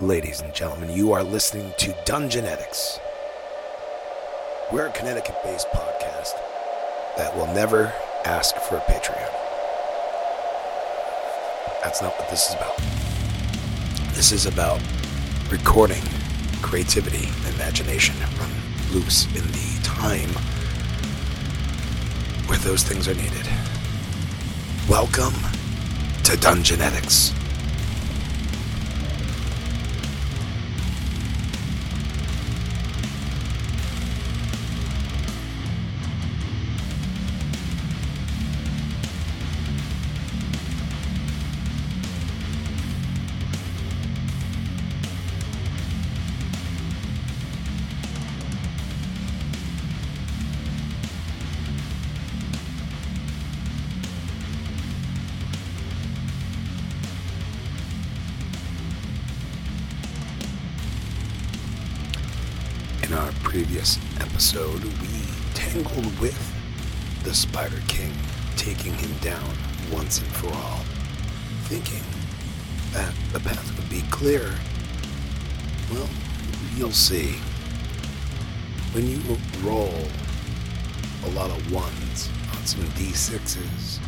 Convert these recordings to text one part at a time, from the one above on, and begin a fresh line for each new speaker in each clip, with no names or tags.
Ladies and gentlemen, you are listening to Dungeonetics. We're a Connecticut based podcast that will never ask for a Patreon. That's not what this is about. This is about recording creativity and imagination run loose in the time where those things are needed. Welcome to Dungeonetics. In our previous episode, we tangled with the Spider King, taking him down once and for all, thinking that the path would be clear. Well, you'll see. When you roll a lot of ones on some d6s,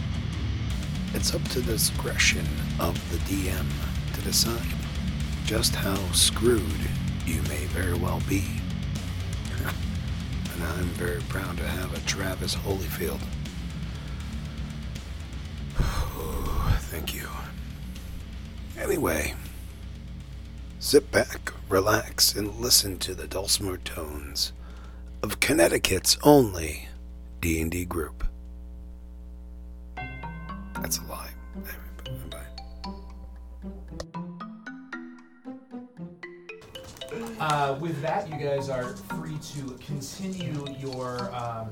it's up to the discretion of the DM to decide just how screwed you may very well be. and I'm very proud to have a Travis Holyfield. Oh, thank you. Anyway, sit back, relax, and listen to the dulcimer tones of Connecticut's only D&D group. That's a lie. Anyway, bye- bye.
Uh, with that, you guys are free to continue your um,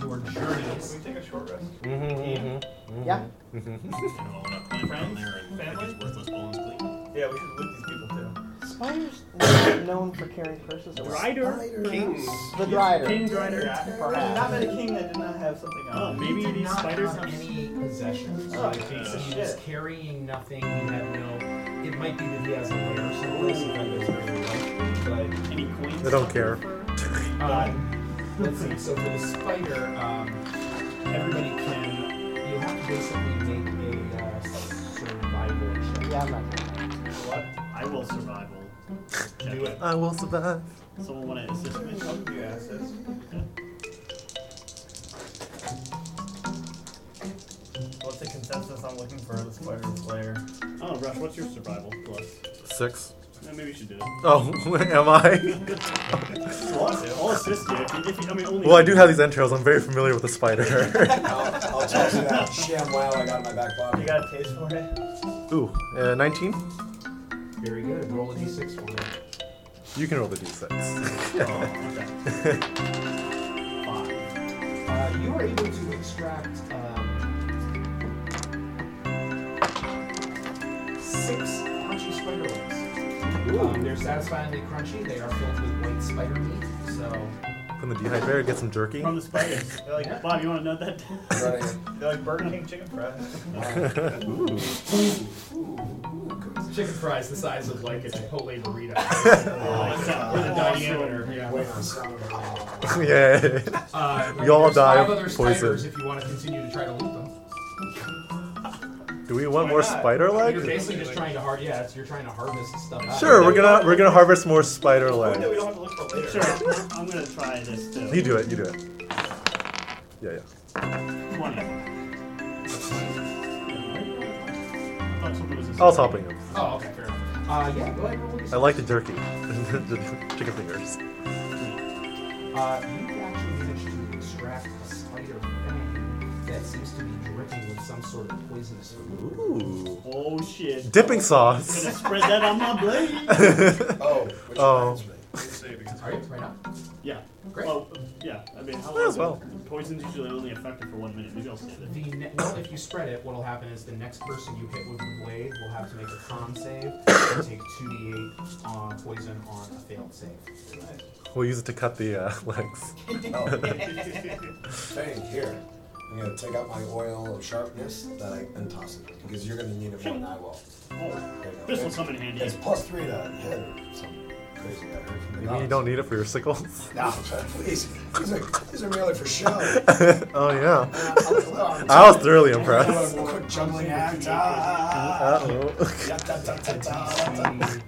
your journeys.
Can we take a short rest?
Yeah. Yeah,
we should loot these people too.
Spiders not known for carrying curses around.
Rider Kings.
The Drider.
King Drider.
Yeah. Not met a king that did not have something
Oh,
on. him.
maybe
You did
these
not
spiders
have
have
any possessions.
Oh,
Like, so
piece of
he was
shit.
carrying nothing. You have no. It might be that he has a lair someplace. If that goes very well,
any coins.
I don't care.
but um, let's see. So for the spider, um, everybody can. You have to basically make a uh, survival check.
Yeah, I'm not doing that.
What? I will survival.
Do it.
I will survive.
Someone want to assist me?
Fuck you asses. What's the consensus I'm looking for the spider player?
Oh, Rush, what's your survival plus?
Six.
No, maybe you should do it.
Oh, am I?
Well, I'll, I'll assist you. If you, if you I mean, only.
Well, I do have these entrails. I'm very familiar with the spider.
I'll, I'll toss you that sham wow I got in my back
You
pocket.
got a taste for it?
Ooh, uh, 19?
Very good. Roll a d6 for me.
You can roll the d6.
Oh, Five.
Uh, you are able to extract um, six crunchy spider legs. Um, they're satisfyingly crunchy. They are filled with white spider meat. So,
From the dehydrator, get some jerky.
From the spiders. They're
Yeah.
like, Bob, you want to note that
Running it.
They're like Burger King chicken fries.
Ooh.
chicken fries the size of like a Chipotle burrito.
Oh, down? Or the diameter. Yeah.
Wait for the sound of it.
yeah.
Uh,
We all
there's
die
Five
of
other
poison.
spiders if you want to continue to try to loot them.
Do we want
Why
more
not?
spider
You're
leg?
basically just trying to har Yeah, it's- you're trying to harvest stuff. out.
Sure, we're gonna we're gonna harvest more spider
Food that we
leg.
don't have to look for
Sure.
later.
I'm going to try this too.
You do it. You do it. Yeah, yeah.
20. I thought something was
I was helping him.
Oh, okay, fair enough. Uh, yeah, go ahead. Roll a d6.
I like the jerky, the chicken fingers.
Uh, you actually managed to extract a spider fang that seems to be dripping with some sort of poisonous fluid.
Ooh.
Oh, shit.
Dipping
I'm gonna
sauce.
spread that on my blade.
Oh, which
Oh.
reminds me.
Are you right now?
Yeah.
Great.
Well, yeah. I mean, how
Might
long
as well.
Poison's usually only effective for one minute. Maybe I'll save
The
it.
ne- well, if you spread it, what'll happen is the next person you hit with the blade will have to make a con save and take 2d8 on uh, poison on a failed save.
We'll use it to cut the uh, legs.
Oh. Bang, here. I'm gonna take out my oil of sharpness that I and toss it because you're gonna need it more than I will.
Oh,
There you go.
this will
It's-
come in handy.
It's plus three to hit or something crazy. I heard from the
You mean you
gods.
don't need it for your sickles?
No, please. These are, these are merely for show. Uh,
Oh yeah.
I'm-
I was thoroughly
I'm
impressed.
doing a Quick juggling act. Ah.
Uh-oh.
Da, da, da, da, da, da.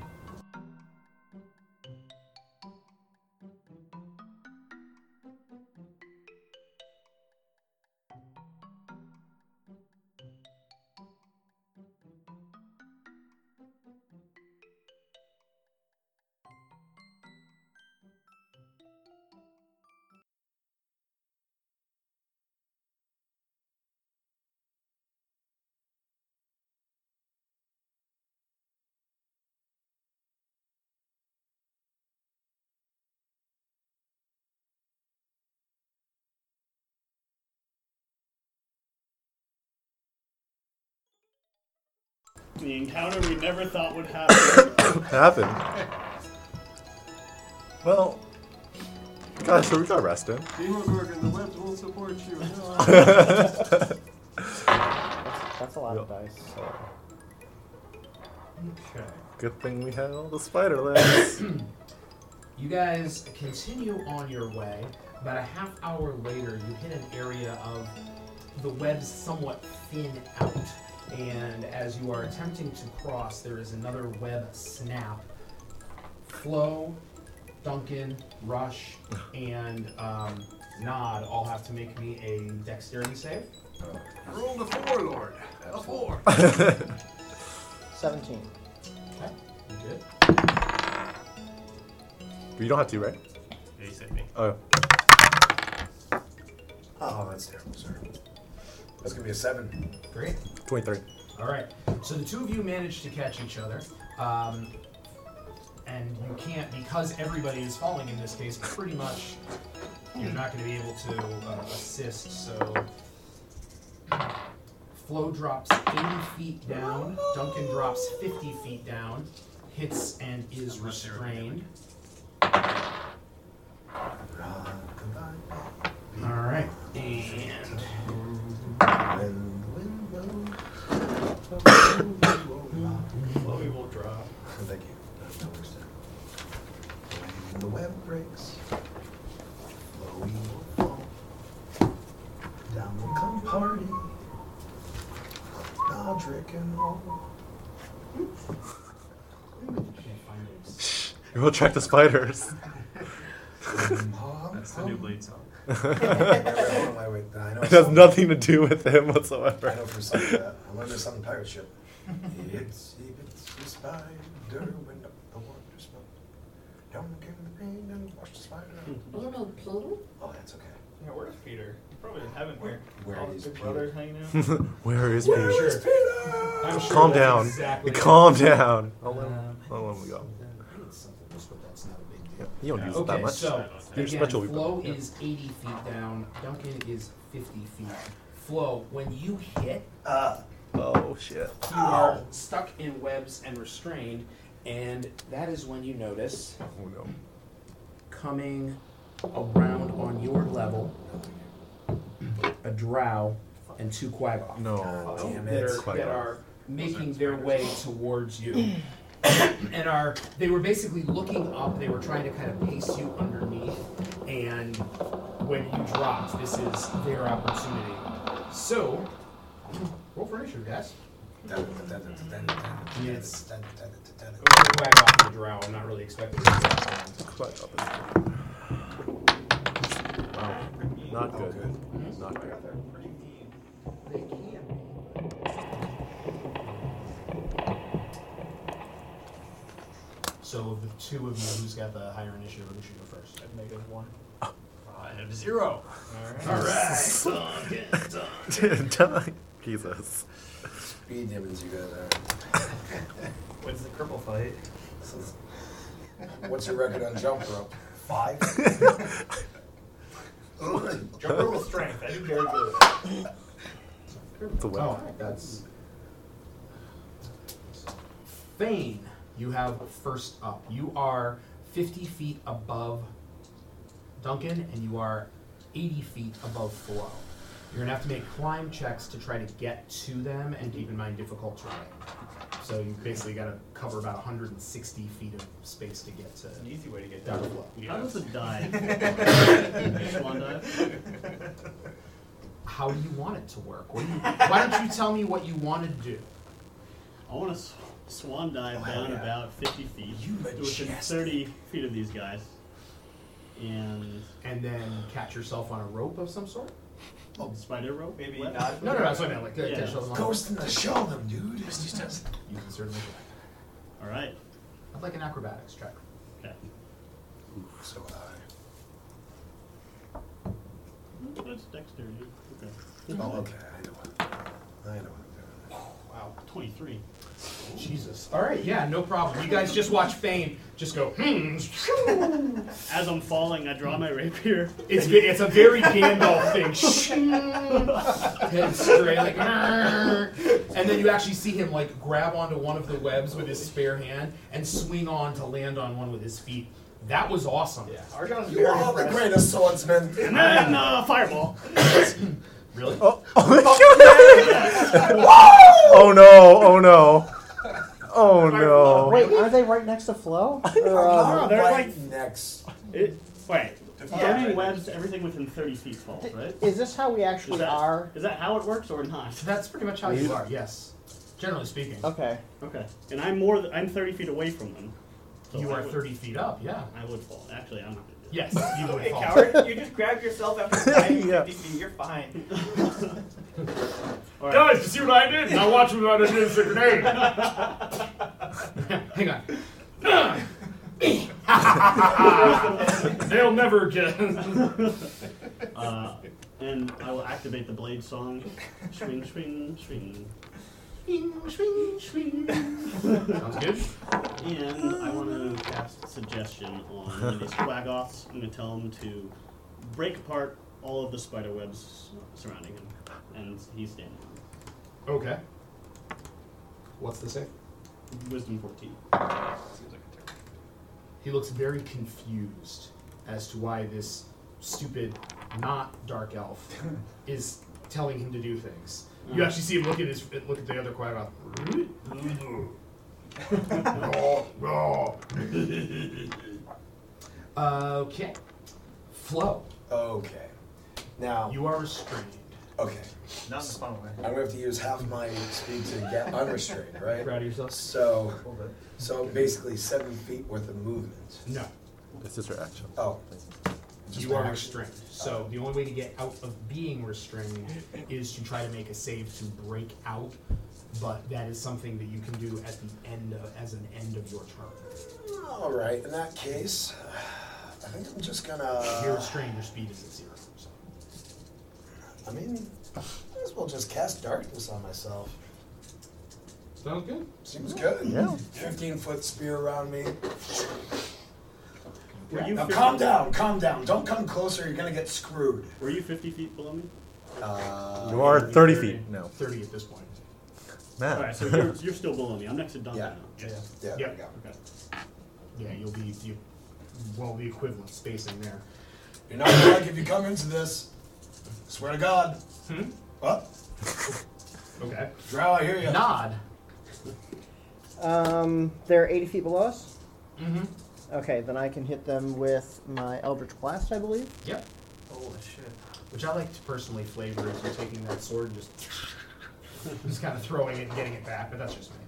The encounter we never thought would happen.
What happened? Well, gosh, so we got arrested.
the left will support you.
That's a lot of dice.
Okay.
Good thing we had all the spider legs.
You guys continue on your way. About a half hour later, you hit an area of the web's somewhat thin out. And as you are attempting to cross, there is another web snap. Flo, Duncan, Rush, and um, Nod all have to make me a dexterity save.
Roll the four, Lord. A four.
17.
Okay, you good?
you don't have to, right?
He said me.
Oh,
Oh, that's terrible, sir. That's gonna be a seven.
Great.
23.
All right. So the two of you managed to catch each other, um, and you can't because everybody is falling in this case. Pretty much, you're not going to be able to uh, assist. So Flo drops 80 feet down. Duncan drops 50 feet down. Hits and is restrained.
Ah,
All right. And
Chloe will drop.
Thank you. That's no worse than- When the web breaks, Chloe will fall. Down will come party. Roderick and all.
You will track the spiders.
Mom,
That's the new Blade song.
Everyone I wait- I know
It has
some-
nothing to do with him
I
whatsoever.
know for some of that. I learned this on the pirate ship. It's it's the spider when up the water spoke. Down came the pain and washed the spider out. Oh, that's okay.
Yeah, where's Peter? He's probably in heaven. Where?
Where
All his
is
big
Peter?
brothers hanging out.
Where is Peter?
Where's Peter?
I'm sure
Calm
that's
down.
Exactly
Calm down. Oh, I'll let him,
Um,
I'll let him go.
Oh, I need something else, but that's not a big
Yeah,
deal.
You don't use it
Okay,
that much.
so
You're
again,
special, people.
Flo
Yeah.
is 80 feet down. Duncan is 50 feet. Flo, when you hit,
oh, shit.
you are stuck in webs and restrained, and that is when you notice
Oh, no.
coming around on your level a drow and two quagga
No.
Oh, Damn
that
it.
are, that are making their way towards you. and are they were basically looking up, they were trying to kind of pace you underneath, and when you dropped, this is their opportunity. So roll for initiative, guys. Yes. Quagga off the drow, I'm not really expecting it.
Quite up and- Wow. Not good. Not good.
They can. So of the two of you, who's got the higher initiative? Who should go first?
I'd make it one.
I have zero.
All right.
Jesus.
Speed demons, you guys are.
When's the cripple fight?
This is- What's your record on jump rope? Five?
Jump roll with strength. I do care for
It's a web.
Oh, that's Fane. You have first up. You are 50 feet above Duncan, and you are 80 feet above Flo. You're gonna have to make climb checks to try to get to them, and keep in mind difficult terrain. So you basically gotta cover about 160 feet of space to get to
An easy way to get down.
Dagger Blow.
How does it die? Swan dive?
How do you want it to work? What do you, why don't you tell me what you want to do?
I want to sw- swan dive
Wow,
down
yeah.
about 50 feet.
You
within
majestic.
30 feet of these guys. And
And then catch yourself on a rope of some sort?
spider rope?
Maybe
What?
not.
No, no, no, that's what I meant. Like, uh, catch
Yeah.
yourself on a rope.
Ghost in the shell, them dude.
You can certainly do
All right.
it. I'd like an acrobatics check.
Okay.
so would
uh,
I.
That's dexterity. Okay.
Oh, okay. I know what. I know what I'm doing.
Wow. 23.
Jesus. All right, yeah, no problem. You guys just watch Fane just go, hmm.
As I'm falling, I draw my rapier.
It's, ve- it's a very Gandalf thing. Head straight, like, "Argh." and then you actually see him like grab onto one of the webs with his spare hand and swing on to land on one with his feet. That was awesome. Yeah.
Argon's
You
very
are the
impressed.
greatest swordsman.
And then uh, fireball.
Really?
Oh no! Oh no! Oh no!
Wait, are they right next to Flo? Or, um,
Not
they're
right
like-
next.
It, wait.
Yeah.
Burning webs, everything within 30 feet falls, right?
is this how we actually
Is that-
are?
Is that how it works or not?
That's pretty much how you are, yes. Generally speaking,
Okay.
Okay. And I'm more. Th- I'm 30 feet away from them. So
you
I
are
would-
30 feet up, yeah.
I would fall. Actually, I'm not. gonna do
Yes, you would
Hey,
fall.
coward, you just grabbed yourself after diving
Yeah.
50 feet. You're fine.
that. All right.
you see what I did? Now watch what I did with the grenade. Hang on. They'll never get.
Uh, and I will activate the blade song. Swing, swing, swing.
Sounds good.
And I want to cast suggestion on one of these quaggoths. I'm going to tell him to break apart all of the spider webs surrounding him, and he's standing.
Okay. What's the save?
Wisdom 14.
He looks very confused as to why this stupid, not dark elf, is telling him to do things. You actually see him look at his look at the other Quaggoth. okay, Flo,
Okay. Now,
you are restrained.
okay.
Not in a fun way.
I'm going to have to use half my speed to get unrestrained, right?
Proud of yourself?
So, so basically seven feet worth of movement.
No,
It's just her action.
Oh,
you are restrained. So the only way to get out of being restrained is to try to make a save to break out. But that is something that you can do at the end of, as an end of your turn.
all right. In that case, I think I'm just
You're
gonna.
restrained. Your speed is at zero. So.
I mean, might as well just cast darkness on myself.
Sounds good.
Seems good.
Yeah.
Fifteen foot spear around me.
Were you
Now
50
calm down, calm down. Don't come closer. You're gonna get screwed.
Were you 50 feet below me?
Uh,
You are 30 feet now.
Thirty at this point.
All right,
Matt.
so you're, you're still below me. I'm next to Duncan
Yeah.
now.
Yeah.
Yep.
yeah.
Okay.
Yeah, you'll be you, well the equivalent spacing there.
You're not drunk if you come into this. Swear to God.
Hmm?
What?
Okay.
Drow, I hear you.
Nod.
Um, they're 80 feet below us.
Mm-hmm.
Okay, then I can hit them with my Eldritch Blast, I believe.
Yep.
Holy shit.
Which I like to personally flavor is you taking that sword and just just kind of throwing it and getting it back, but that's just me.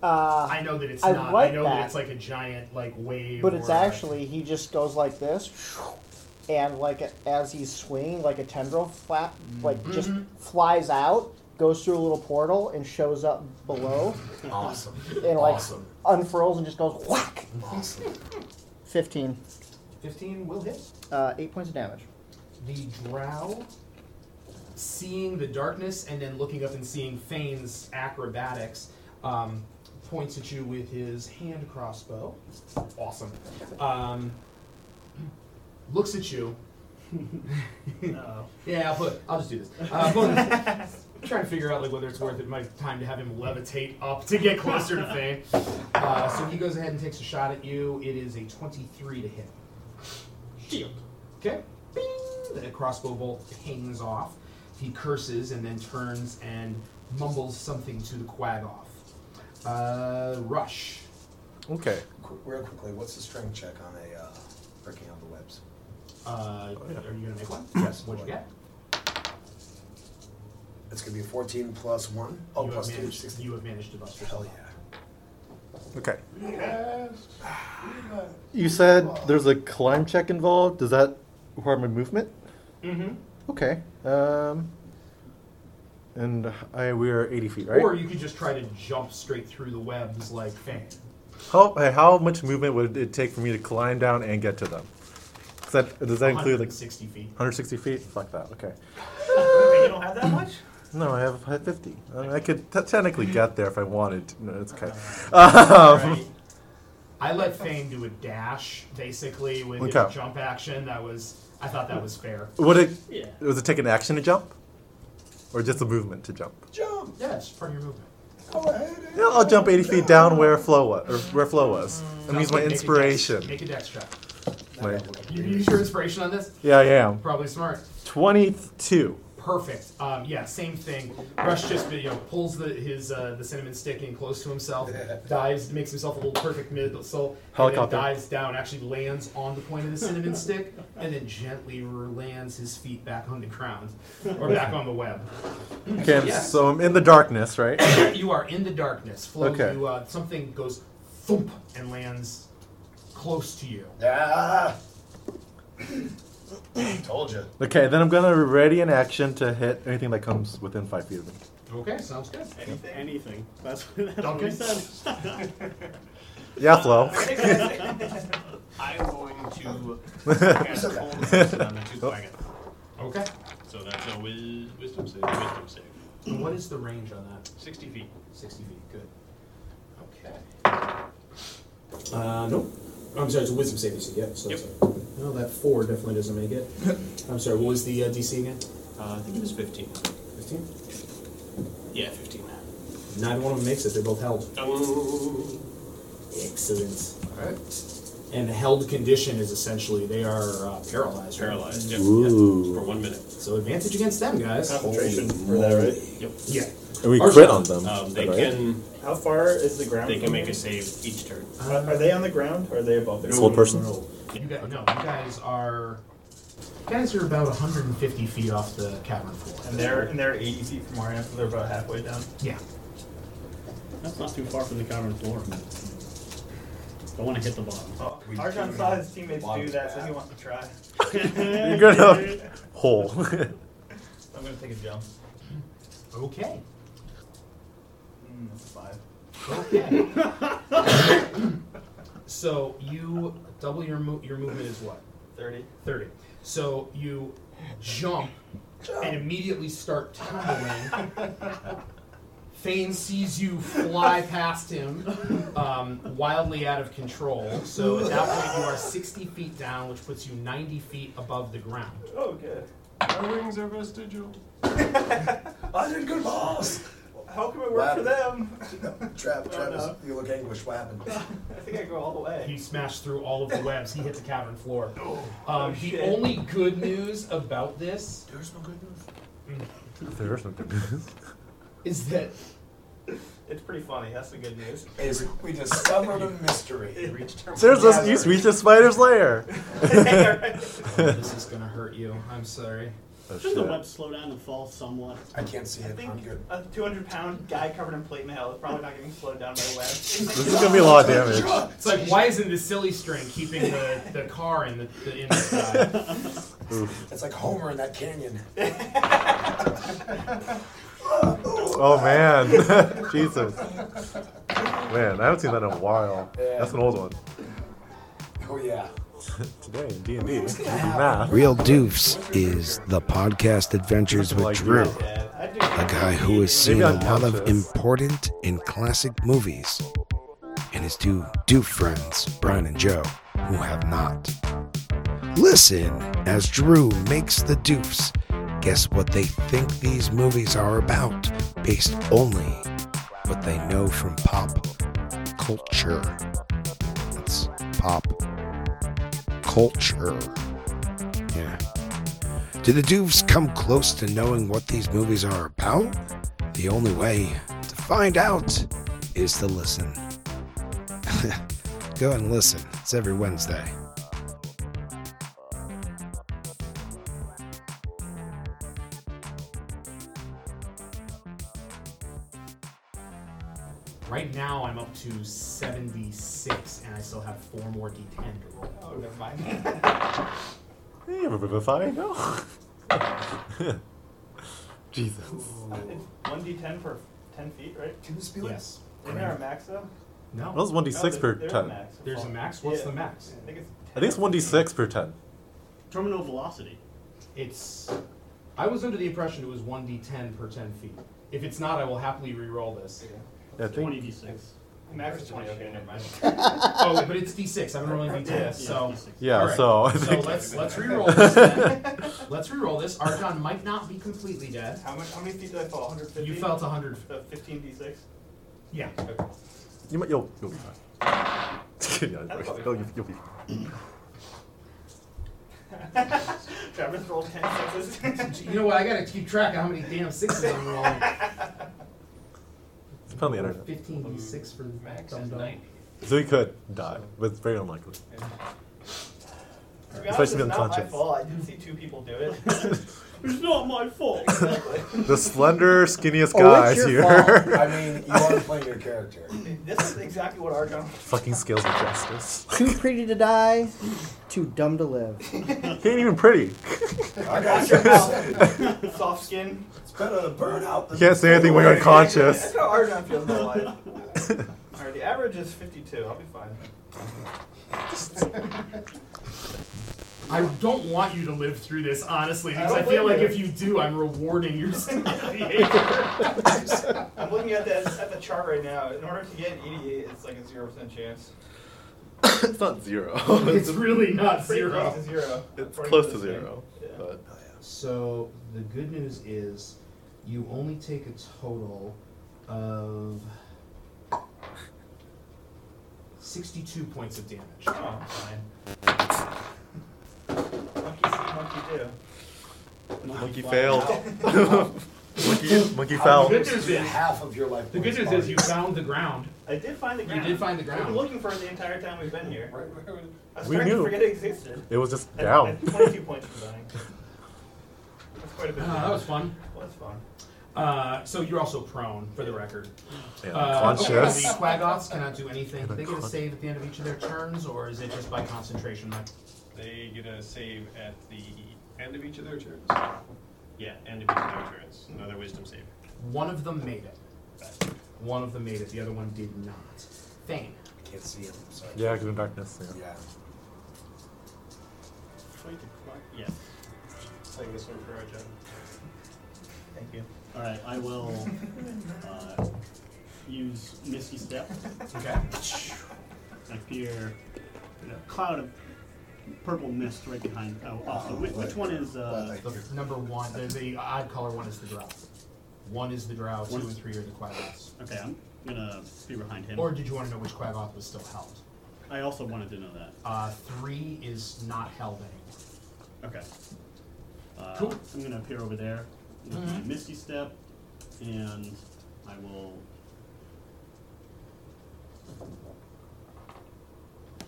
Uh,
I know that it's
I
not.
like
I know
that.
it's like a giant like wave.
but it's
or, like-
actually, he just goes like this. And like as he's swinging, like a tendril flap, like just flies out, goes through a little portal, and shows up below,
Awesome.
and like
Awesome.
unfurls and just goes whack.
Awesome.
Fifteen,
fifteen will hit.
uh, eight points of damage.
the drow seeing the darkness and then looking up and seeing Fane's acrobatics um, points at you with his hand crossbow. Awesome. Um, looks at you.
Uh,
yeah, I'll put. I'll just do this. Uh, put- trying to figure out like whether it's worth it my time to have him levitate up to get closer to Fane. Uh, so he goes ahead and takes a shot at you. It is a twenty-three to hit. Shield. Okay. Bing. The crossbow bolt pings off. He curses and then turns and mumbles something to the quagoff. Uh, rush.
Okay.
Qu- real quickly, what's the strength check on a uh, breaking out the webs?
Uh, Are you gonna make one?
Oh, Yes,
What'd you
one.
get?
It's gonna be 14 plus one. Oh,
you,
plus
have
two,
managed,
16.
you have managed to bust
Hell
yourself.
yeah.
out.
Okay.
Yes.
You said there's a climb check involved. Does that require my movement? Mm-hmm. Okay. Um, and I we are 80 feet, right?
Or you could just try to jump straight through the webs like Fang.
How hey, how much movement would it take for me to climb down and get to them? Does that does that include like
160 feet.
160 feet? Fuck that. Okay.
Wait, you don't have that much?
No, I have I have 50. I, mean, I could t- technically get there if I wanted. to. No, it's okay.
Right. I let Fane do a dash, basically, with his
Okay.
jump action. That was, I thought that was fair.
Would it?
Yeah.
Was it take an action to jump, or just a movement to jump?
Jump!
Yeah, it's part of your movement.
Go ahead. and-
Yeah, I'll jump 80 feet down where Flo was. Or where Flo was. I'm gonna use my
Make a dex-
inspiration.
Make a dex check.
Now
My-
that look like
You
really
use your inspiration on this?
yeah, I am.
Probably smart.
22.
Perfect. Um, yeah, same thing. Rush just you know pulls the his uh, the cinnamon stick in close to himself, dives, makes himself a little perfect missile, and then
Helicopter.
dives down. Actually lands on the point of the cinnamon stick, and then gently lands his feet back on the ground or back on the web.
Okay, I'm- so I'm in the darkness, right?
you are in the darkness. Flo,
Okay.
you, uh, something goes thump and lands close to you.
Ah! Told you.
Okay, then I'm gonna ready an action to hit anything that comes within five feet of me.
Okay, sounds good.
Anything. Anything. That's, that's what
Duncan?
he said.
Yeah, Flo.
I'm going to cast cold medicine on the two
Oh.
quagga.
Okay.
So that's a wis- wisdom save. Wisdom save.
And what is the range on that?
60 feet.
60 feet. Good. Okay. Uh, nope. I'm sorry, it's a wisdom saving DC, yeah. So
Yep.
No, that four definitely doesn't make it. I'm sorry, what was the uh, DC again?
Uh, I think it was 15.
15?
Yeah, 15.
Neither one of them makes it, they both held.
Oh.
Excellent. Alright. And the held condition is essentially they are uh, paralyzed. right?
Paralyzed. Yep.
Ooh.
Yep. For one minute.
So advantage against them, guys.
Concentration for that, right?
Yep.
Yeah.
And we
Or
crit
so.
on them.
Um, they
right?
can
How far is the ground?
they can
from
make
here?
a save each turn.
Are are they on the ground or are they above the
Slow person?
You guys, no, you guys are. You guys are about 150 feet off the cavern floor.
And they're and they're 80 feet from our end, so they're about halfway down.
Yeah.
That's not too far from the cavern floor. Don't want to hit the bottom.
Oh, Arjan saw his teammates do that, so he wants to try.
You're gonna hole.
I'm gonna take a jump.
Okay.
Mm, that's a five.
Okay. so you double your mo- your movement is what?
30.
30. So you jump and immediately start tumbling. Fane sees you fly past him, um, wildly out of control. So at that point, you are 60 feet down, which puts you 90 feet above the ground.
Oh, good.
Our wings are vestigial.
I did good, boss!
How can it work for them?
Trap, Travis,
no.
you look anguished. What happened?
I think I go all the
He
way.
smashed through all of the webs. He hit the cavern floor. Um, the
shit.
only good news about this
There's no good news.
There's something.
is that
It's pretty funny. That's the good news.
Is we discovered a mystery.
There's a, you reached the spider's lair.
this is gonna hurt you. I'm sorry.
Oh,
Should the
shit.
web slow down and fall somewhat?
I can't see
I
it.
think
I'm good.
a 200 pound guy covered in plate mail is probably not getting slowed down by the web.
This is gonna be a lot of damage.
It's like why isn't the silly string keeping the, the car in the, the in the sky?
It's like Homer in that canyon.
Oh man, Jesus. Man, I haven't seen that in a while. That's an old one.
Oh, yeah.
Today in D and D, math.
Real Doofs is the podcast adventures with Drew.
Yeah, I do.
a guy who has seen
Maybe
a
I'm
lot of
conscious.
important and classic movies, and his two doof friends, Brian and Joe, who have not. Listen as Drew makes the doofs guess what they think these movies are about, based only what they know from pop culture. That's pop culture. Yeah. Do the Doofs come close to knowing what these movies are about? The only way to find out is to listen. Go and listen. It's every Wednesday.
Right now, I'm up to 76, and I still have four more d10 to roll.
Oh, never mind.
You have a Vivify? No. Jesus.
One d10 per 10 feet, right?
Can this be like
Yes.
Isn't there a max though?
No.
That was 1d6
No,
per
there- there's
10.
A max.
There's a max? What's the max?
I think it's.
I think it's 1d6 per 10.
Terminal velocity.
It's. I was under the impression it was 1d10 per 10 feet. If it's not, I will happily re-roll this.
I think.
20d6.
Max is 20. Okay, never mind.
oh, wait, but it's d6. I've been rolling d10, so.
D6.
Yeah,
Alright,
so I
so
think.
let's let's re-roll this. Then. let's re-roll this. Archon might not be completely dead.
How much? How many feet did I fall? 150.
You felt 100.
The 15 d6.
Yeah.
You might, you'll, you'll be fine. yeah, you'll, you'll, you'll be fine.
Travis rolled 10 sixes.
You know what? I gotta keep track of how many damn sixes I'm rolling.
It's on the internet.
15 d6 for
Max
Dum
is
Dum.
90.
So he could die, but it's very unlikely.
To be honest,
Especially
it's
being
not my
conscious.
fault. I didn't see two people do it.
It's not my fault.
The slender, skinniest
Oh,
guy
it's
is
your
here.
I mean, you are playing your character.
this is exactly what Argon.
Fucking scales of justice.
Too pretty to die, too dumb to live.
He ain't even pretty.
I got
Soft skin.
It's better to burn out than
Can't say anything when you're unconscious.
That's how Argon feels in life. Alright, the average is 52. I'll be fine.
I don't want you to live through this, honestly, because
don't
I, feel
blame
like
you.
if you do, I'm rewarding your stupid behavior.
I'm looking at the, at the chart right now. In order to get an 88, it's like a 0% chance.
it's not zero.
it's really not
Pretty
zero.
Close to zero. according this thing. Yeah.
But
So the good news is you only take a total of 62 points of damage.
Oh, fine. Monkey see, monkey do.
monkey
Wow.
failed. monkey, monkey foul.
good news
the
is
half of your life.
the good
points
news is you
already.
found the ground.
I did find the
You
ground.
did find the
I've been
ground.
looking for it the entire time we've been here.
Right where it-
I was
We
starting
knew.
to forget it existed.
It was just
At-
down.
at 22 points for dying. That's quite a bit.
Uh,
of
that was
damage.
fun.
was fun.
Uh, so you're also prone, for the record.
Yeah,
Uh,
conscious.
okay, the Quaggoths cannot do anything. Do they get a save at the end of each of their turns, or is it just by concentration? Like,
They get a save at the end of each of their turns.
Yeah, and if it's their turns, another wisdom save.
one of them made it. One of them made it. The other one did not. Thane.
I can't see him. Sorry.
Yeah, because in darkness. Yeah.
Yeah.
Fight the clock. Yes.
Playing this one for our job.
Thank you.
All right, I will uh, use Misty Step.
Okay.
I appear in a cloud of purple mist right behind. Oh, off the, which, which one is? Uh,
Well,
The f- number one, the, the odd color one is the drow. One is the drow. Two and three are the Quaggoths.
okay, I'm gonna be behind him.
Or did you want to know which Quaggoth was still held?
I also wanted to know that.
Uh, three is not held anymore.
Okay. Uh,
Cool. Mm-hmm.
I'm gonna appear over there with my Misty Step, and I will.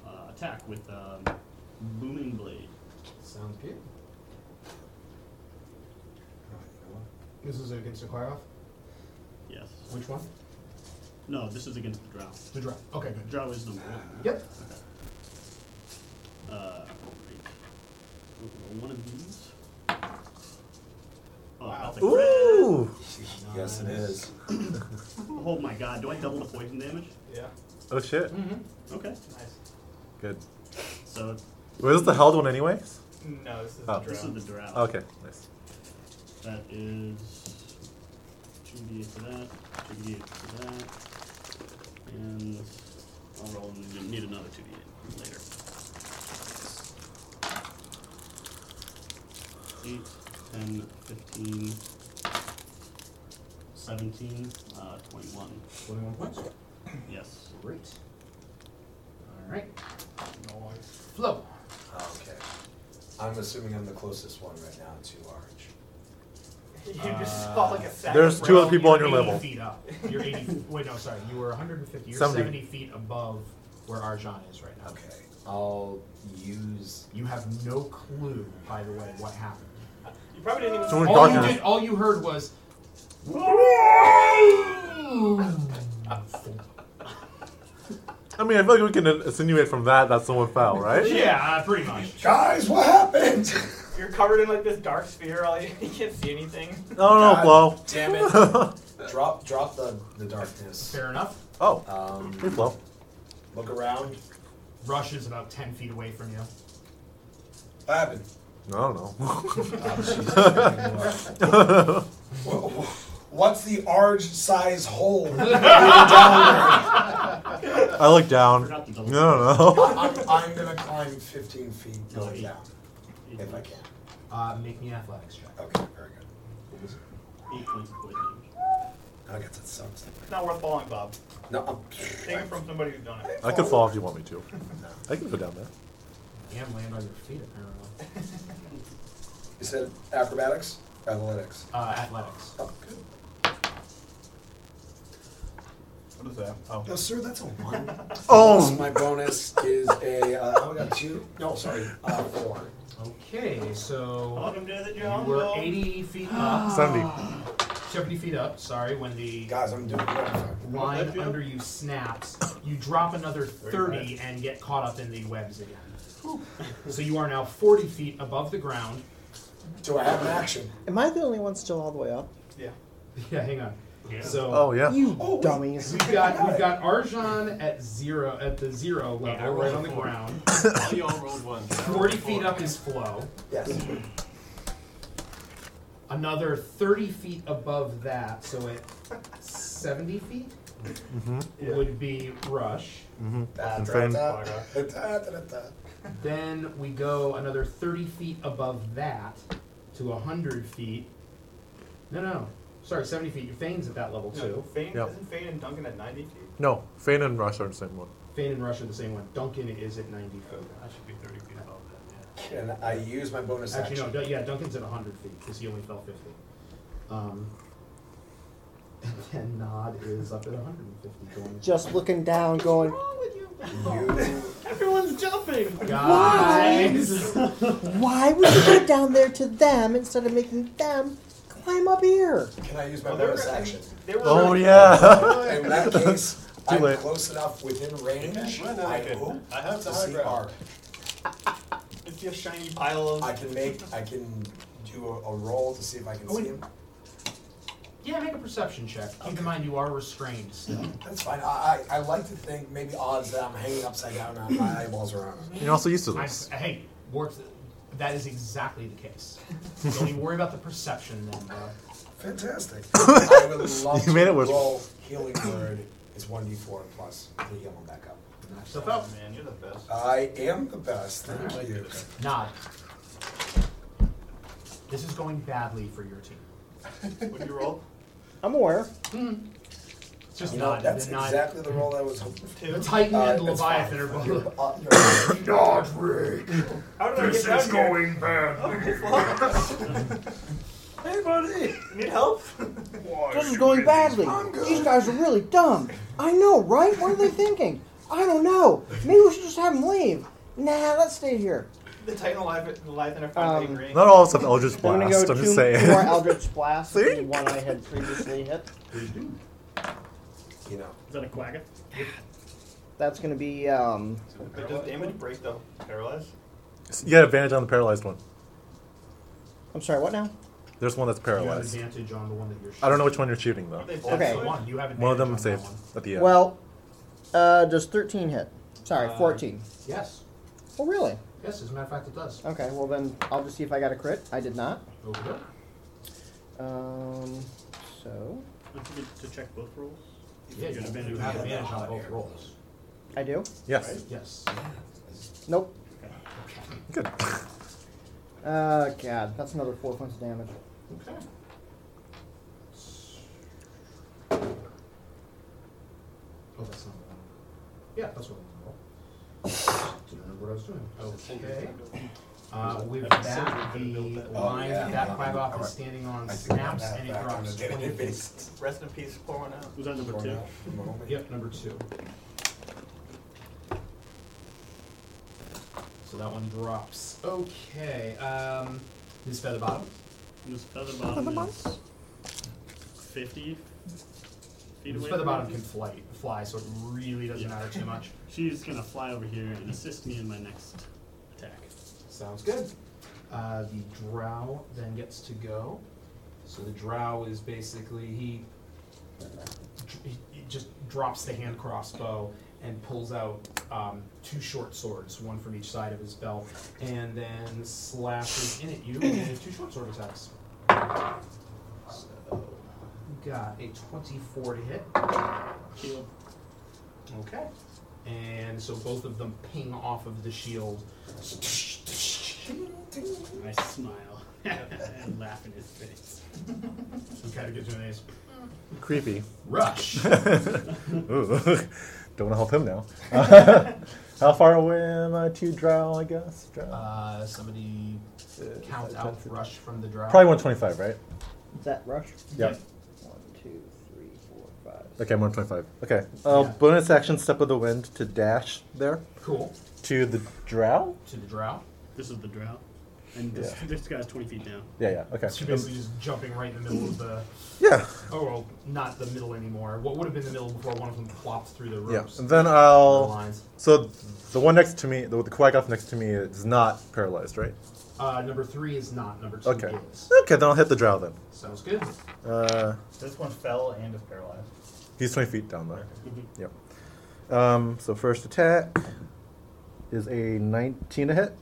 Uh, attack with um, booming blade.
Sounds good. This is against the Quaggoth?
Yes.
Which one?
No, this is against the drow.
The drow. Okay, good.
Drow is number one.
Yep.
Uh, one of these. Oh, wow.
Ooh!
Yes, it is.
Oh my god, do I double the poison damage?
Yeah.
Oh shit.
Okay.
Nice.
Good.
So
Was this the held one anyway?
No, this is
Oh.
the
this is
drown.
the drought.
Okay, nice.
That is 2d8 for that, 2d8 for that, and I'll roll and need another 2d8 later. 8, 10, 15, 17, uh, 21.
21 points.
Yes.
Great. All right. Flow.
Oh, Okay. I'm assuming I'm the closest one right now to orange.
You
Uh,
just saw like a sack
there's
of
two
bread.
other people on
you're
your
80
level.
Feet up. You're 80. wait, no, sorry. You were 150. You're 70,
70.
feet above where Arjan is right now.
Okay, I'll use.
You have no clue, by the way, what happened.
You probably didn't even.
Someone
All you,
darkness.
did, all you heard was.
I mean, I feel like we can insinuate from that that someone fell, right?
Yeah, uh, pretty much.
Guys, what happened?
You're covered in like this dark sphere. All you, you can't see anything.
I don't know, Flo.
God Damn it! drop, drop the the darkness.
Fair enough.
oh, hey,
Um,
Flo.
look around.
Rush is about 10 feet away from you.
What happened?
I don't know.
Oh, Jesus. Wha- wha- What's the orange size hole?
I look down.
Forgot to
No,
double-
no.
I'm, I'm gonna climb 15 feet going down if I can.
Uh, make me an athletics check.
Okay, very good.
Eight points of poison damage.
I guess it sucks.
It's not worth falling, Bob.
No, um, I'm,
Take it from somebody who's done it.
I could fall if you want me to. I can go down there.
And land on your feet, apparently.
you said acrobatics, athletics.
Uh, athletics.
Oh, good.
What is that? Oh.
No, sir, that's a one. Plus
Oh,
my bonus is a. Uh, I only got two. No, sorry, uh, four.
Okay, so
Welcome to the
you
jungle.
were 80 feet up.
70.
70 feet up, sorry, when the
Guys, I'm doing good.
line under you snaps, you drop another 30 and get caught up in the webs again. So you are now 40 feet above the ground.
Do I have an action?
Am I the only one still all the way up?
Yeah.
Yeah, hang on. So
oh yeah.
You
Oh, wait.
dummies.
we've got we've got Arjan at zero at the zero level, right on the ground.
All y'all rolled one. I rolled
Forty
four.
feet up is flow.
Yes.
Another thirty feet above that, so at seventy feet would be rush.
Mm-hmm.
Da, da,
insane.
da, da, da, da, da.
Then we go another 30 feet above that to 100 feet. No, no. Sorry, 70 feet. Your Fane's at that level too.
No, Fane,
Yeah.
Isn't Fane and Duncan at 90 feet?
No, Fane and Rush are the same one.
Fane and Rush are the same one. Duncan is at 90 feet.
I should be 30 feet above that.
Can I use my bonus
Actually, no.
action?
Dun- yeah, Duncan's at 100 feet because he only fell 50. Um, and then Nod is up at 150 going.
Just looking down, going,
You,
Everyone's jumping.
Guys!
why would you go down there to them instead of making them climb up here?
can I use my
Well, they were-
bonus action?
They were
Oh
really-
yeah.
In that case,
Too
I'm
late.
close enough within range.
Well, now I
I
can-
hope
I have the
to
high
see
ground.
arc.
It's just shiny pile of.
I can make. I can do a, a roll to see if I can
Oh,
see
wait.
him.
yeah, make a perception check. Keep in mind you are restrained still.
That's fine. I, I, I like to think maybe odds that I'm hanging upside down and my eyeballs are on.
You're also used to
I'm,
this.
hey, warp. That is exactly the case. Don't even worry about the perception then, bro.
Fantastic. I would love
You made
to
it worse.
roll healing word. It's one d4 plus to heal him back up.
Knock yourself out.
Man, you're the best.
I am the best. Thank you.
Nod. This is going badly for your team.
Would you roll?
I'm aware.
It's just
You know,
Nod.
that's
the Nod.
exactly the roll I was hoping for.
The Titan
Uh,
and
it's
Leviathan
fine.
are both.
You're- uh, you're-
How did I get down here? Hey, buddy! Need help?
Oh,
This is going badly. These guys are really dumb. I know, right? What are they thinking? I don't know. Maybe we should just have them leave. Nah, let's stay here.
the Titan alive, alive in a front
Um,
green.
Not all of them Eldritch
I'm gonna go
Blast. I'm
two
just saying.
more Eldritch Blasts than the
See?
one I had previously hit.
you know,
Is that a quagga?
That's gonna be um,
But does damage break the paralyze?
You got advantage on the paralyzed one.
I'm sorry, what now?
There's one that's
You have
paralyzed.
advantage on the one that you're shooting.
I don't know which one you're shooting though.
Are they both
Okay.
good?
One, you have
One of
advantage
them
on that
saved
one.
at the end.
Well, uh, does 13 hit? Sorry, 14.
Yes.
Oh, really?
Yes, as a matter of fact, it does.
Okay, well then I'll just see if I got a crit. I did not.
Over there.
Um, so
Don't you get to check both rolls?
Yeah,
You're gonna
you,
be-
you have advantage on both rolls.
I do.
yes.
Yes.
Nope.
Good.
Uh, God, that's another four points of damage.
Okay. Oh, that's not the one. Yeah, that's what I was gonna roll. Didn't remember what I was doing. Okay. Uh, with
That's
that,
so
the
good.
Oh,
line
yeah.
that Quaggoff
Alright.
is standing on
I think I
snaps
have
and it
back on
drops
the daily
20 feet.
basis.
Rest in peace, pouring out.
Was that number
For
two?
now, for the moment.
Yep, number two. So that one drops. Okay, um, this feather bottom.
This feather bottom is 50 feet
This
away.
feather
from
bottom
me.
can fly, fly, so it really doesn't
Yeah.
matter too much.
She's gonna fly over here and assist me in my next attack.
Sounds good. Uh, the drow then gets to go. So the drow is basically he, he, he just drops the hand crossbow and pulls out um, two short swords, one from each side of his belt, and then slashes in at you with two short sword attacks. So you got a 24 to hit.
Shield.
Okay. And so both of them ping off of the shield.
I smile and laugh in his face.
You kind of get to an ace.
Creepy.
Rush.
Ooh. Don't want to help him now. How far away am I to drow, I guess? Drow?
Uh, somebody count out rush from the drow.
Probably 125, right?
Is that rush?
Yeah.
One, two, three, four, five.
Okay, I'm 125. Okay. Uh,
Yeah.
Bonus action, step of the wind to dash there
Cool.
to the drow.
To the drow.
This is the drought. And this,
Yeah.
this guy's 20 feet down.
Yeah, yeah. Okay.
So you're basically just jumping right in the middle of the.
yeah.
Oh, well, not the middle anymore. What would have been the middle before one of them plopped through the
Yeah.
ropes?
And then
The
I'll.
lines.
So the one next to me, the, the quaggoth next to me, is not paralyzed, right?
Uh, number three is not. Number two
Okay.
is.
Okay, then I'll hit the drow then.
Sounds good.
Uh,
This one fell and is paralyzed.
he's 20 feet down there. Yep. Um, so first attack is a 19 to hit.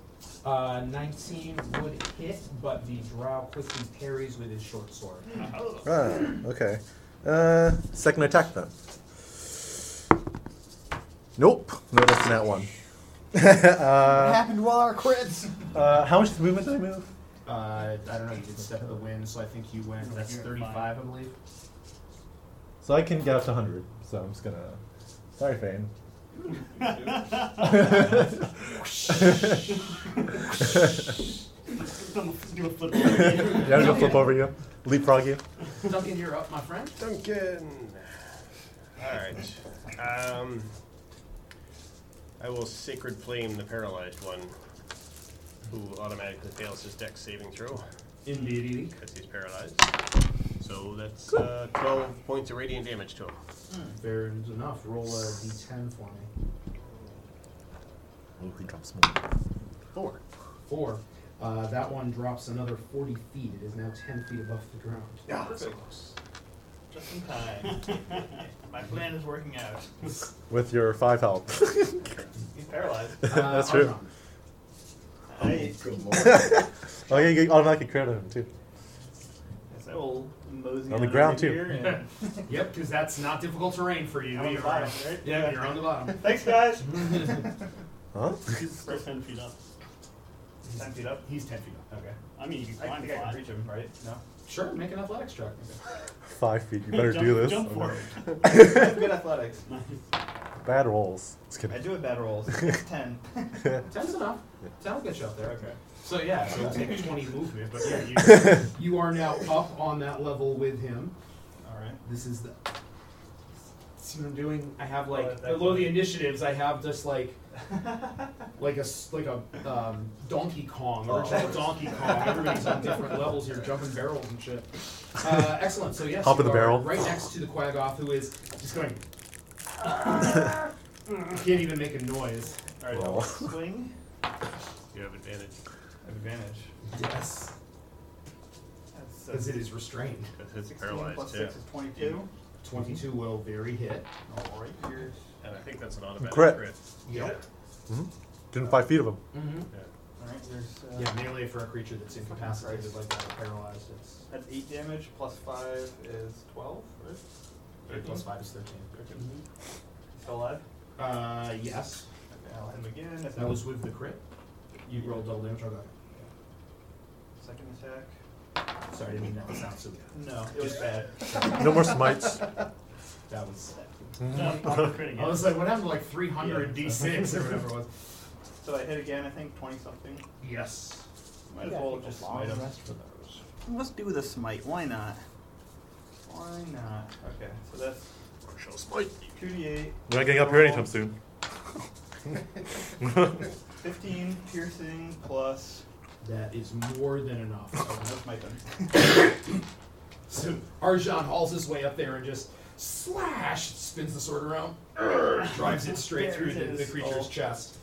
Uh, 19 would hit, but the drow quickly parries with his short sword.
Ah, okay. Uh, second attack then. Nope, no less than that one.
What
uh,
happened to all our crits?
uh, how much movement did I move?
Uh, I don't know. You did step of the wind, so I think you went. That's 35, I believe.
So I can get up to 100. So I'm just gonna. Sorry, Fane.
Do a flip over.
yeah, I'm gonna flip over you, leapfrog you.
Duncan, you're up, my friend.
Duncan. All right. Um, I will sacred flame the paralyzed one, who automatically fails his dex saving throw
Indeed.
because he's paralyzed. So that's uh, 12 points of radiant damage to him.
Fair enough. Roll a d10 for me.
Oh, he drops more.
Four.
Four. Uh, that one drops another 40 feet. It is now 10 feet above the ground.
Yeah,
Perfect.
Just in time. My plan is working out.
With your five health.
He's paralyzed.
Uh,
That's true.
Argon.
I,
oh, yeah, you get automatic credit him too.
Yes, I will mosey
On the
on
ground,
over
too.
here and-
Yep, because that's not difficult terrain for you.
I'm on the
You're-
bottom, right?
Yeah, you're on the bottom.
Thanks, guys.
Huh?
he's still 10 feet up.
Ten feet up.
He's 10 feet up.
Okay.
I mean, you can
I
climb
think I can
fly.
reach him, right? No.
Sure, make an athletics check.
Five feet. You better
jump,
do this.
Jump for
Okay.
it.
I have good athletics.
Nice.
Bad rolls. Just
I
kidding.
do have bad rolls. It's Ten.
10's enough. 10 will get you up there.
Okay.
So, yeah, so it'll take 20 movement, but yeah, you, you are now up on that level with him.
All right.
This is the. See what I'm doing? I have
Oh,
like
that-
below the initiatives. I have just like, like a s- like a um, Donkey Kong or just Donkey Kong. Everybody's on different levels here, jumping barrels and shit. Uh, excellent. So yes,
Hop
you
in the
are
barrel.
right next to the Quagoth, who is just going. can't even make a noise.
All right.
Well.
Swing.
You have advantage.
I have advantage.
Yes,
That's uh,
because it is restrained.
Because it's
16 plus six is twenty-two.
Twenty-two will very hit.
All Oh, right. Here's
And I think that's an automatic
Crit.
Yep.
Didn't five feet of him.
hmm
all right. There's uh,
Yeah, melee for a creature that's incapacitated like that, or paralyzed. It's
that's eight damage. Plus five is twelve. Right?
eight plus five is thirteen.
Still alive.
Uh, yes.
Okay. I'll hit him again. If
That was with the crit. You rolled double damage on
second attack.
that. Sorry, I didn't mean that to sound so
No, it was bad.
No more smites.
That was.
No, I'm crit again.
I was like, what happened to like 300
Yeah.
d6 or whatever it was?
So I hit again. I think twenty something.
Yes.
Might as
Yeah, I
well
think
just
long
smite him.
rest for those.
Let's do the smite. Why not?
Why not? Okay, so that's
Shall smite.
two d eight.
We're not getting up here anytime soon.
15 piercing plus.
That is more than enough.
Oh, that's my turn.
So Arjan hauls his way up there and just slash spins the sword around, Urgh, drives it Oh. straight through the, the creature's chest.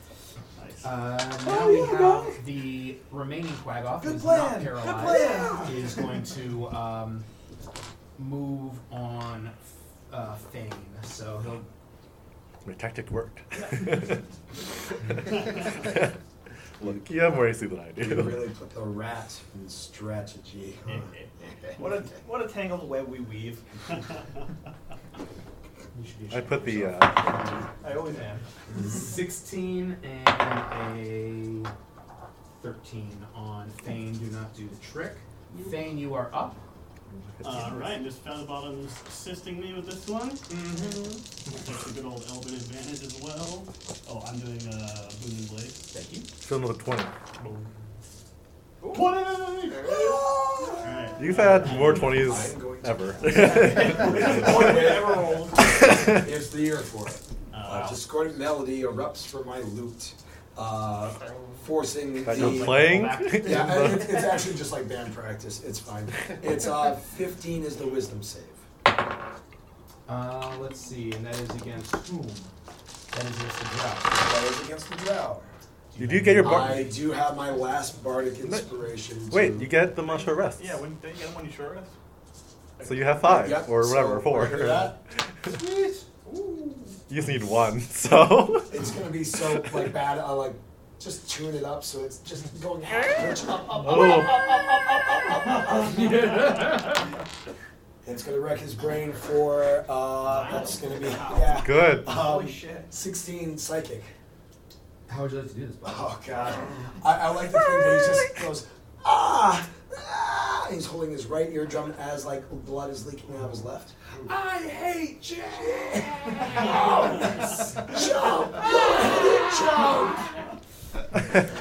Nice.
Uh, now we have the remaining Quagoff who's not paralyzed. Is going to um, move on uh, Fane, so he'll
My tactic worked. Look, you have more AC than I
You
do.
really put the rat in strategy. huh?
What a what a tangled web we weave.
you should be
I
ashamed.
put the uh,
I always am.
16 and a 13 on Fane. Do not do the trick. Fane, you are up.
Alright, Miss Featherbottom's assisting me with this one. Mm-hmm. That's a good old Elven advantage as well. Oh, I'm doing uh, Booming Blade.
Thank you.
still another twenty.
Alright.
You've had more
I'm
twenties
going to-
ever.
It's the year for it. Uh, discordant melody erupts from my lute, uh, forcing
That
the
you're playing.
Yeah, I- it's, it's actually just like band practice. It's fine. It's uh, 15 is the wisdom save.
Uh, let's see, and that is against whom? That is against the draft.
That is against the drow.
You do get your bar-
I do have my last bardic inspiration. to-
wait. You get the much short rest.
Yeah, when don't you get them when you short rest?
So you have five
Yep,
or
so
whatever four.
remember that.
You just need one. So
It's gonna be so like bad. I like just tune it up so it's just going up, up, up, up,
oh,
It's gonna wreck his brain for uh, that's gonna be yeah.
good.
Um,
shit.
16 psychic.
How would you like to do this, Bob?
Oh god. I, I like the thing that he just goes ah. ah," and He's holding his right eardrum as like blood is leaking out of his left. I hate you. Jump, jump, jump.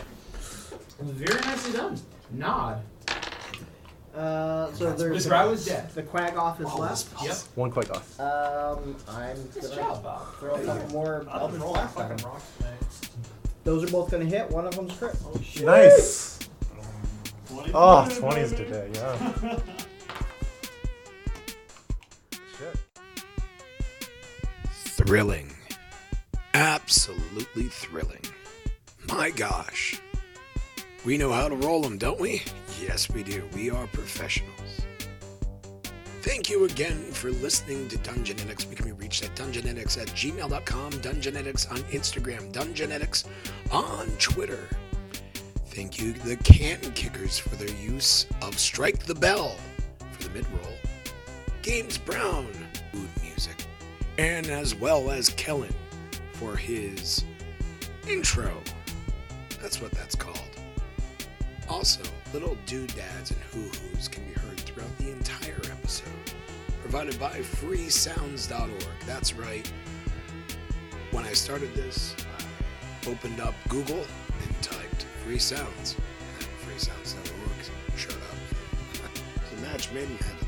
Very nicely done. Nod.
Uh, so there's
Mr. I was dead.
the quag off is
Oh,
left.
Yep.
One quick off.
Um, I'm
Good
gonna
job, Bob.
throw a couple more Elven Blast at him.
rocks tonight.
Those are both gonna hit. One of them's crit.
Nice.
20
Oh, 20s today. Yeah. Shit.
Thrilling. Absolutely thrilling. My gosh. We know how to roll them, don't we? Yes, we do. We are professionals. Thank you again for listening to Dungeonetics. We can be reached at dungeonetics at gmail.com, dungeonetics on Instagram, dungeonetics on Twitter. Thank you, to the Canton Kickers, for their use of Strike the Bell for the mid roll, James Brown, mood music, and as well as Kellen for his intro. That's what that's called. Also, little doodads and hoo hoos can be heard throughout the entire episode, provided by freesounds.org. That's right. When I started this, I opened up Google and typed free sounds. And freesounds.org showed up. It's a match made in heaven.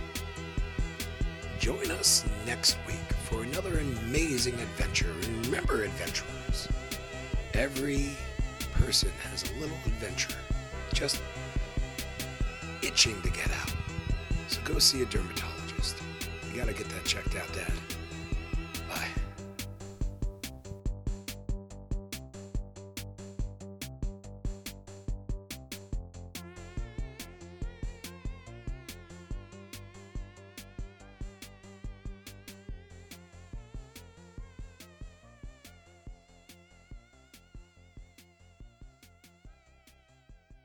Join us next week for another amazing adventure. And remember, adventurers, every person has a little adventure just itching to get out. So go see a dermatologist. You got to get that checked out, Dad.